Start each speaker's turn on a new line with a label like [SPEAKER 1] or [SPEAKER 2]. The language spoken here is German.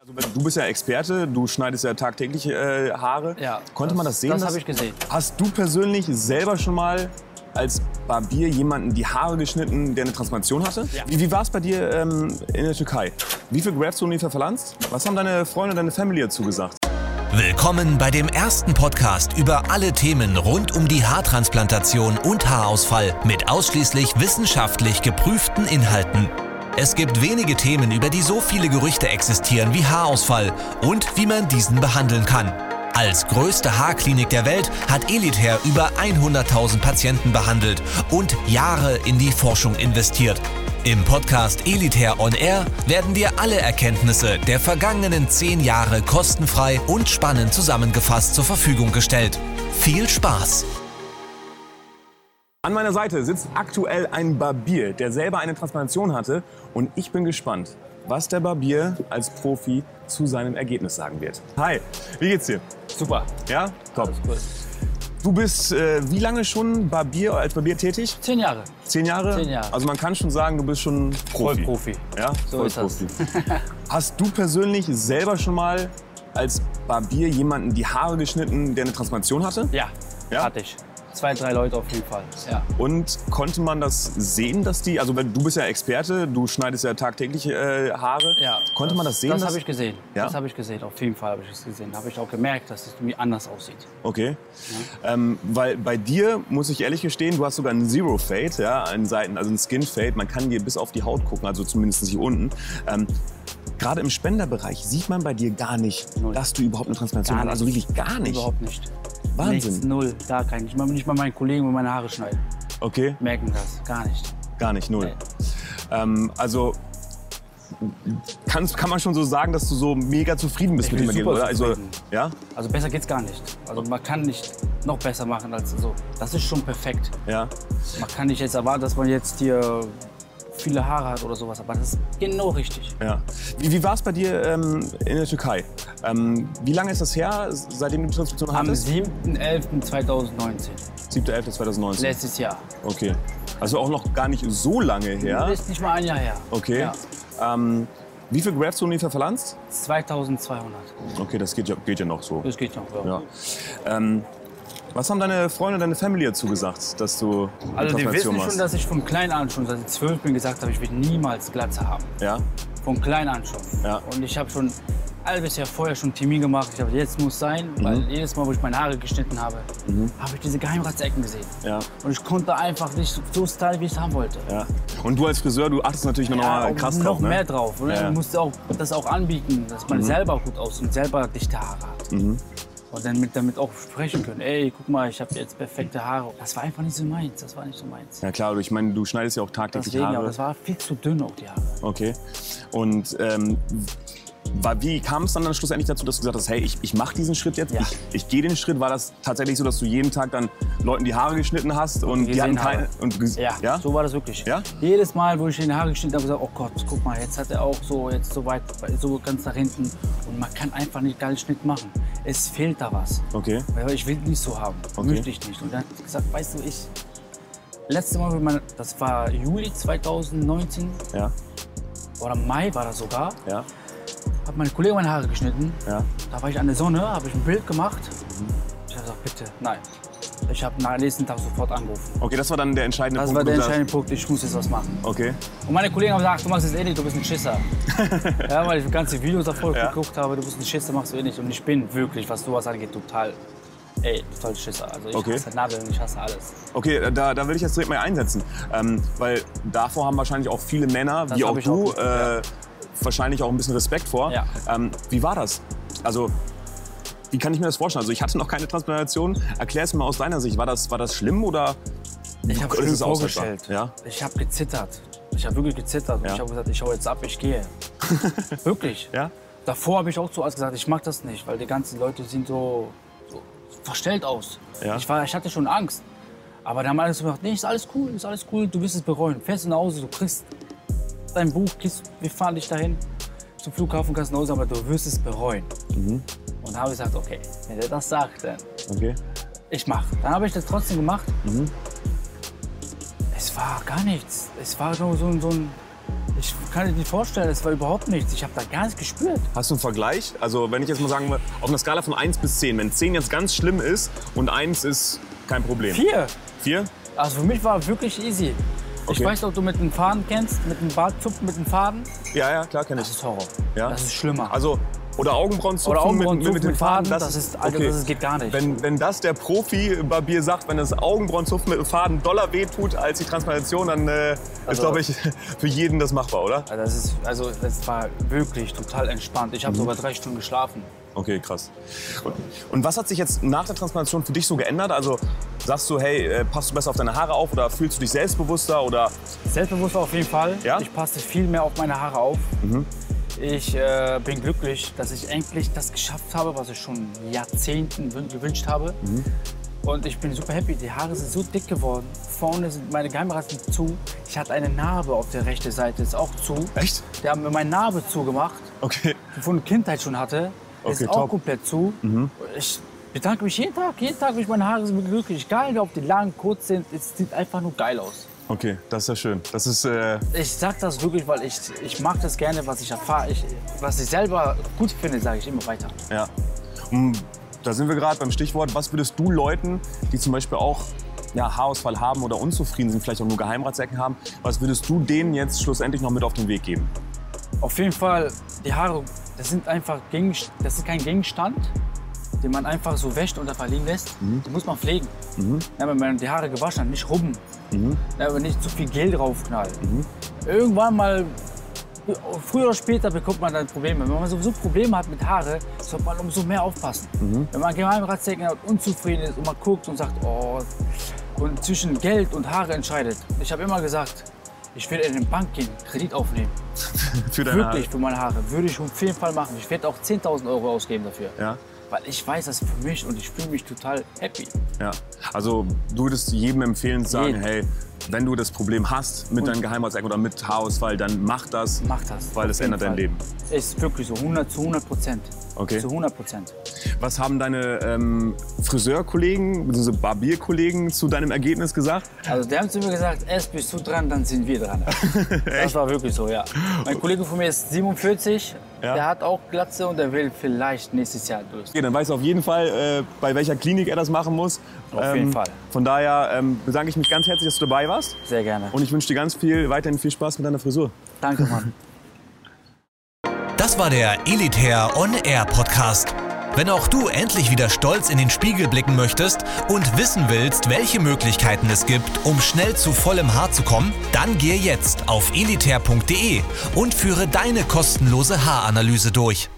[SPEAKER 1] Also du bist ja Experte, du schneidest ja tagtäglich äh, Haare.
[SPEAKER 2] Ja,
[SPEAKER 1] Konnte man das sehen?
[SPEAKER 2] Das
[SPEAKER 1] dass-
[SPEAKER 2] habe ich gesehen.
[SPEAKER 1] Hast du persönlich selber schon mal als Barbier jemanden die Haare geschnitten, der eine Transplantation hatte?
[SPEAKER 2] Ja.
[SPEAKER 1] Wie, wie war es bei dir ähm, in der Türkei? Wie viel Grabs wurden ungefähr verlanzt? Was haben deine Freunde und deine Family dazu gesagt?
[SPEAKER 3] Willkommen bei dem ersten Podcast über alle Themen rund um die Haartransplantation und Haarausfall mit ausschließlich wissenschaftlich geprüften Inhalten. Es gibt wenige Themen, über die so viele Gerüchte existieren wie Haarausfall und wie man diesen behandeln kann. Als größte Haarklinik der Welt hat Elitair über 100.000 Patienten behandelt und Jahre in die Forschung investiert. Im Podcast Elitair On Air werden dir alle Erkenntnisse der vergangenen 10 Jahre kostenfrei und spannend zusammengefasst zur Verfügung gestellt. Viel Spaß!
[SPEAKER 1] An meiner Seite sitzt aktuell ein Barbier, der selber eine Transplantation hatte. Und ich bin gespannt, was der Barbier als Profi zu seinem Ergebnis sagen wird. Hi, wie geht's dir?
[SPEAKER 2] Super.
[SPEAKER 1] Ja? Top.
[SPEAKER 2] Gut.
[SPEAKER 1] Du bist äh, wie lange schon Barbier, als Barbier tätig?
[SPEAKER 2] Zehn Jahre.
[SPEAKER 1] Zehn Jahre?
[SPEAKER 2] Zehn Jahre.
[SPEAKER 1] Also man kann schon sagen, du bist schon Profi.
[SPEAKER 2] Vollprofi.
[SPEAKER 1] Ja,
[SPEAKER 2] So ist
[SPEAKER 1] Vollprofi. Hast du persönlich selber schon mal als Barbier jemanden die Haare geschnitten, der eine Transplantation hatte?
[SPEAKER 2] Ja,
[SPEAKER 1] Ja?
[SPEAKER 2] hatte ich. Zwei, drei Leute auf jeden Fall. Ja.
[SPEAKER 1] Und konnte man das sehen, dass die, also wenn- du bist ja Experte, du schneidest ja tagtäglich äh, Haare.
[SPEAKER 2] Ja,
[SPEAKER 1] Konnte man das sehen?
[SPEAKER 2] Das
[SPEAKER 1] dass-
[SPEAKER 2] habe ich gesehen.
[SPEAKER 1] Ja?
[SPEAKER 2] Das habe ich gesehen. Auf jeden Fall habe ich es gesehen. Habe ich auch gemerkt, dass es mir anders aussieht.
[SPEAKER 1] Okay. Ähm, weil bei dir, muss ich ehrlich gestehen, du hast sogar einen Zero Fade, ja, an Seiten, also einen Skin Fade. Man kann dir bis auf die Haut gucken, also zumindest hier unten. Ähm, Gerade im Spenderbereich sieht man bei dir gar nicht,
[SPEAKER 2] Null.
[SPEAKER 1] dass du überhaupt eine Transplantation
[SPEAKER 2] Gar
[SPEAKER 1] hast. Also
[SPEAKER 2] nicht.
[SPEAKER 1] wirklich gar nicht.
[SPEAKER 2] Überhaupt nicht.
[SPEAKER 1] Wahnsinn.
[SPEAKER 2] Nichts, null, gar kein. Ich meine, nicht mal meine Kollegen, die meine Haare schneiden,
[SPEAKER 1] Okay,
[SPEAKER 2] merken das. Gar nicht.
[SPEAKER 1] gar nicht, null.
[SPEAKER 2] Nee.
[SPEAKER 1] Ähm, also kannst, kann man schon so sagen, dass du so mega zufrieden bist
[SPEAKER 2] Ich
[SPEAKER 1] mit
[SPEAKER 2] bin
[SPEAKER 1] dem
[SPEAKER 2] super
[SPEAKER 1] Ergebnis, oder? Also,
[SPEAKER 2] zufrieden.
[SPEAKER 1] ja,
[SPEAKER 2] Also besser geht's gar nicht. Also man kann nicht noch besser machen als so. Das ist schon perfekt.
[SPEAKER 1] ja.
[SPEAKER 2] Man kann nicht jetzt erwarten, dass man jetzt hier viele Haare hat oder sowas, aber das ist genau richtig.
[SPEAKER 1] Ja. Wie, wie war es bei dir ähm, in der Türkei? Ähm, wie lange ist das her, seitdem du die Transplantation
[SPEAKER 2] Am
[SPEAKER 1] hattest?
[SPEAKER 2] 7.11.2019,
[SPEAKER 1] 7.11.2019.
[SPEAKER 2] letztes Jahr.
[SPEAKER 1] Okay. Also auch noch gar nicht so lange her.
[SPEAKER 2] Ist nicht mal ein Jahr her.
[SPEAKER 1] Okay.
[SPEAKER 2] Ja.
[SPEAKER 1] Ähm, wie viel Grabs du ungefähr verlanzt?
[SPEAKER 2] 2200.
[SPEAKER 1] Okay, das geht ja, geht ja noch so.
[SPEAKER 2] Das geht noch. Ja.
[SPEAKER 1] Ja. Ähm, was haben deine Freunde, deine Family dazu gesagt, dass du eine
[SPEAKER 2] Also die wissen
[SPEAKER 1] Transplantation
[SPEAKER 2] schon, dass ich von klein an schon, seit ich zwölf bin, gesagt habe, ich will niemals Glatze haben.
[SPEAKER 1] Ja,
[SPEAKER 2] Von klein an schon.
[SPEAKER 1] Ja.
[SPEAKER 2] Und ich habe schon ein halbes Jahr vorher schon einen Termin gemacht. Ich habe jetzt muss sein,
[SPEAKER 1] Mhm.
[SPEAKER 2] weil jedes Mal, wo ich meine Haare geschnitten habe, habe ich diese Geheimratsecken gesehen.
[SPEAKER 1] ja,
[SPEAKER 2] Und ich konnte einfach nicht so stylen, wie ich es haben wollte.
[SPEAKER 1] ja. Und du als Friseur, du achtest natürlich noch
[SPEAKER 2] Ja,
[SPEAKER 1] mal
[SPEAKER 2] auch
[SPEAKER 1] krass
[SPEAKER 2] noch
[SPEAKER 1] drauf, ne?
[SPEAKER 2] mehr drauf. Oder?
[SPEAKER 1] Ja. Mhm.
[SPEAKER 2] Du musst auch, das auch anbieten, dass man selber gut aussieht und selber dichte Haare hat. Und dann mit, damit auch sprechen können. Ey, guck mal, ich habe jetzt perfekte Haare. Das war einfach nicht so meins. Das war nicht so meins.
[SPEAKER 1] Ja klar, ich meine, du schneidest ja auch tagtäglich
[SPEAKER 2] Deswegen,
[SPEAKER 1] Haare.
[SPEAKER 2] aber das war viel zu dünn auch die Haare.
[SPEAKER 1] Okay. Und ähm, war, wie kam es dann, dann schlussendlich dazu, dass du gesagt hast, hey, ich, ich mache diesen Schritt jetzt,
[SPEAKER 2] Ja.
[SPEAKER 1] ich, ich gehe den Schritt? War das tatsächlich so, dass du jeden Tag dann Leuten die Haare geschnitten hast und die hatten
[SPEAKER 2] gesehen
[SPEAKER 1] keine...
[SPEAKER 2] habe.
[SPEAKER 1] Und ges-
[SPEAKER 2] Ja,
[SPEAKER 1] ja?
[SPEAKER 2] so war das wirklich.
[SPEAKER 1] Ja?
[SPEAKER 2] Jedes Mal, wo ich in die Haare geschnitten habe, gesagt, oh Gott, guck mal, jetzt hat er auch so, jetzt so weit, so ganz nach hinten. Und man kann einfach nicht geilen Schnitt machen. Es fehlt da was.
[SPEAKER 1] Okay.
[SPEAKER 2] Ja, Ich will nicht so haben.
[SPEAKER 1] Okay.
[SPEAKER 2] Möchte ich nicht. Und dann hat sie gesagt, weißt du, ich. Letztes Mal, wenn man- das war Juli 2019
[SPEAKER 1] Ja,
[SPEAKER 2] oder Mai war das sogar,
[SPEAKER 1] ja,
[SPEAKER 2] hat meine Kollegin meine Haare geschnitten.
[SPEAKER 1] ja.
[SPEAKER 2] Da war ich an der Sonne, habe ich ein Bild gemacht.
[SPEAKER 1] Mhm.
[SPEAKER 2] Ich habe gesagt, bitte, nein. Ich habe am nächsten Tag sofort angerufen.
[SPEAKER 1] Okay, das war dann der entscheidende
[SPEAKER 2] Das
[SPEAKER 1] Punkt.
[SPEAKER 2] war
[SPEAKER 1] wo
[SPEAKER 2] der
[SPEAKER 1] du gesagt
[SPEAKER 2] entscheidende Punkt, ich muss jetzt was machen.
[SPEAKER 1] hast, Okay.
[SPEAKER 2] Und meine Kollegen haben gesagt, du machst es eh nicht, du bist ein Schisser. ja, weil ich ganze Videos davor
[SPEAKER 1] Ja.
[SPEAKER 2] geguckt habe, du bist ein Schisser, machst du eh nicht. Und ich bin wirklich, was sowas angeht, total, ey, total Schisser. Also ich
[SPEAKER 1] Okay.
[SPEAKER 2] hasse Nadeln, ich hasse alles.
[SPEAKER 1] Okay, äh, da, da will ich jetzt direkt mal einsetzen. Ähm, weil davor haben wahrscheinlich auch viele Männer, wie
[SPEAKER 2] hab
[SPEAKER 1] auch
[SPEAKER 2] ich
[SPEAKER 1] du,
[SPEAKER 2] auch.
[SPEAKER 1] äh, wahrscheinlich auch ein bisschen Respekt vor.
[SPEAKER 2] Ja.
[SPEAKER 1] Ähm, wie war das? Also, wie kann ich mir das vorstellen? Also, ich hatte noch keine Transplantation. Erklär es mir aus deiner Sicht. War das, war das schlimm oder
[SPEAKER 2] Ich habe
[SPEAKER 1] ist
[SPEAKER 2] es
[SPEAKER 1] es aushaltbar?
[SPEAKER 2] vorgestellt.
[SPEAKER 1] Ja?
[SPEAKER 2] Ich habe gezittert. Ich habe wirklich gezittert. Und
[SPEAKER 1] Ja.
[SPEAKER 2] Ich habe gesagt, ich hau jetzt ab, ich gehe. wirklich.
[SPEAKER 1] Ja?
[SPEAKER 2] Davor habe ich auch zu alles gesagt, ich mag das nicht, weil die ganzen Leute sehen so, so verstellt aus.
[SPEAKER 1] Ja.
[SPEAKER 2] Ich, war, ich hatte schon Angst. Aber dann haben alle so gesagt, nee, ist alles cool, ist alles cool, du wirst es bereuen. Fährst nach Hause, du kriegst dein Buch, kriegst, wir fahren dich dahin zum Flughafen, kannst nach Hause, aber du wirst es bereuen.
[SPEAKER 1] Mhm.
[SPEAKER 2] Und habe gesagt, okay, wenn der das sagt, dann
[SPEAKER 1] Okay.
[SPEAKER 2] ich mach. Dann habe ich das trotzdem
[SPEAKER 1] Mhm.
[SPEAKER 2] gemacht. Es war gar nichts. Es war nur so, ein- so ein Ich kann dir nicht vorstellen, es war überhaupt nichts. Ich habe da gar nichts gespürt.
[SPEAKER 1] Hast du einen Vergleich? Also wenn ich jetzt mal sagen würde, auf einer Skala von 1 bis 10, wenn 10 jetzt ganz schlimm ist und 1 ist kein Problem.
[SPEAKER 2] Vier.
[SPEAKER 1] Vier?
[SPEAKER 2] Also für mich war wirklich easy.
[SPEAKER 1] Okay.
[SPEAKER 2] Ich weiß nicht, ob du mit einem Faden kennst, mit einem Bartzupfen, mit einem Faden.
[SPEAKER 1] Ja, ja, klar kenne ich.
[SPEAKER 2] Das ist Horror.
[SPEAKER 1] Ja.
[SPEAKER 2] Das ist schlimmer.
[SPEAKER 1] Also, oder Augenbrauen zupfen
[SPEAKER 2] Oder Augenbrauen
[SPEAKER 1] mit, mit,
[SPEAKER 2] zupfen
[SPEAKER 1] mit dem
[SPEAKER 2] mit
[SPEAKER 1] Faden.
[SPEAKER 2] Faden, das ist- Alter, das ist- geht gar nicht.
[SPEAKER 1] Wenn, wenn das der Profi bei Bier sagt, wenn das Augenbrauen zupfen mit dem Faden Dollar wehtut als die Transplantation, dann äh, ist, glaube ich, für jeden das machbar, oder?
[SPEAKER 2] Also das, ist, also das war wirklich total entspannt.
[SPEAKER 1] Mhm.
[SPEAKER 2] Ich habe sogar drei Stunden geschlafen.
[SPEAKER 1] Okay, krass. Und, und was hat sich jetzt nach der Transplantation für dich so geändert? Also sagst du, hey, äh, passt du besser auf deine Haare auf oder fühlst du dich selbstbewusster oder
[SPEAKER 2] Selbstbewusst auf jeden Fall.
[SPEAKER 1] Ja? Mhm.
[SPEAKER 2] Ich passe viel mehr auf meine Haare auf. Ich äh, bin glücklich, dass ich endlich das geschafft habe, was ich schon Jahrzehnten wün- gewünscht habe.
[SPEAKER 1] Mhm.
[SPEAKER 2] Und ich bin super happy. Die Haare sind so dick geworden. Vorne sind meine Geheimraten sind zu. Ich hatte eine Narbe auf der rechten Seite, ist auch zu.
[SPEAKER 1] Echt?
[SPEAKER 2] Die haben mir meine Narbe zugemacht,
[SPEAKER 1] Okay.
[SPEAKER 2] die ich von Kindheit schon hatte.
[SPEAKER 1] Okay,
[SPEAKER 2] ist auch
[SPEAKER 1] top. Mhm.
[SPEAKER 2] komplett zu. Ich bedanke mich jeden Tag. Jeden Tag bin ich meine Haare so glücklich. Egal, ob die lang, kurz sind, es sieht einfach nur geil aus.
[SPEAKER 1] Okay, das ist ja schön. Das ist äh,
[SPEAKER 2] Ich sag das wirklich, weil ich, ich mag das gerne, was ich erfahre. Ich, was ich selber gut finde, sage ich immer weiter.
[SPEAKER 1] Ja. Und da sind wir gerade beim Stichwort. Was würdest du Leuten, die zum Beispiel auch ja, Haarausfall haben oder unzufrieden sind, vielleicht auch nur Geheimratsecken haben, was würdest du denen jetzt schlussendlich noch mit auf den Weg geben?
[SPEAKER 2] Auf jeden Fall, die Haare, das sind einfach Gegen, das ist kein Gegenstand, den man einfach so wäscht oder verliehen lässt. Die muss man pflegen. Ja, wenn man die Haare gewaschen hat, nicht rubben. Ja, aber nicht zu viel Gel draufknallen. Irgendwann mal, früher oder später bekommt man dann Probleme. Wenn man sowieso Probleme hat mit Haare, sollte man umso mehr aufpassen. Wenn man Geheimratsecken hat, unzufrieden ist und man guckt und sagt, oh, und zwischen Geld und Haare entscheidet. Ich habe immer gesagt, ich will in eine Bank gehen, Kredit aufnehmen.
[SPEAKER 1] Für deine
[SPEAKER 2] Wirklich für meine Haare. Würde ich auf jeden Fall machen. Ich werde auch 10.000 Euro ausgeben dafür.
[SPEAKER 1] Haare?
[SPEAKER 2] Weil ich weiß das für mich und ich fühle mich total happy.
[SPEAKER 1] Ja, ja. Also du würdest jedem empfehlen, zu sagen,
[SPEAKER 2] Jeden.
[SPEAKER 1] hey, wenn du das Problem hast mit deinen Geheimratsecken oder mit Haarausfall, dann mach das.
[SPEAKER 2] Mach das.
[SPEAKER 1] Weil es
[SPEAKER 2] Auf jeden
[SPEAKER 1] ändert dein
[SPEAKER 2] Fall.
[SPEAKER 1] Leben.
[SPEAKER 2] Ist wirklich so. 100 zu 100 Prozent.
[SPEAKER 1] Okay.
[SPEAKER 2] Zu 100 Prozent.
[SPEAKER 1] Was haben deine ähm, Friseurkollegen bzw. Barbierkollegen zu deinem Ergebnis gesagt?
[SPEAKER 2] Also, die haben zu mir gesagt, erst bist du dran, dann sind wir dran. das war wirklich so, ja. Mein Kollege von mir ist 47,
[SPEAKER 1] Ja.
[SPEAKER 2] der hat auch Glatze und der will vielleicht nächstes Jahr durch.
[SPEAKER 1] Okay, dann weiß er auf jeden Fall, äh, bei welcher Klinik er das machen muss.
[SPEAKER 2] Auf jeden Fall.
[SPEAKER 1] Von daher ähm, bedanke ich mich ganz herzlich, dass du dabei warst.
[SPEAKER 2] Sehr gerne.
[SPEAKER 1] Und ich wünsche dir ganz viel, weiterhin viel Spaß mit deiner Frisur.
[SPEAKER 2] Danke, Mann.
[SPEAKER 3] Das war der Elitär On Air Podcast. Wenn auch du endlich wieder stolz in den Spiegel blicken möchtest und wissen willst, welche Möglichkeiten es gibt, um schnell zu vollem Haar zu kommen, dann E gehe jetzt auf elitär.de und führe deine kostenlose Haaranalyse durch.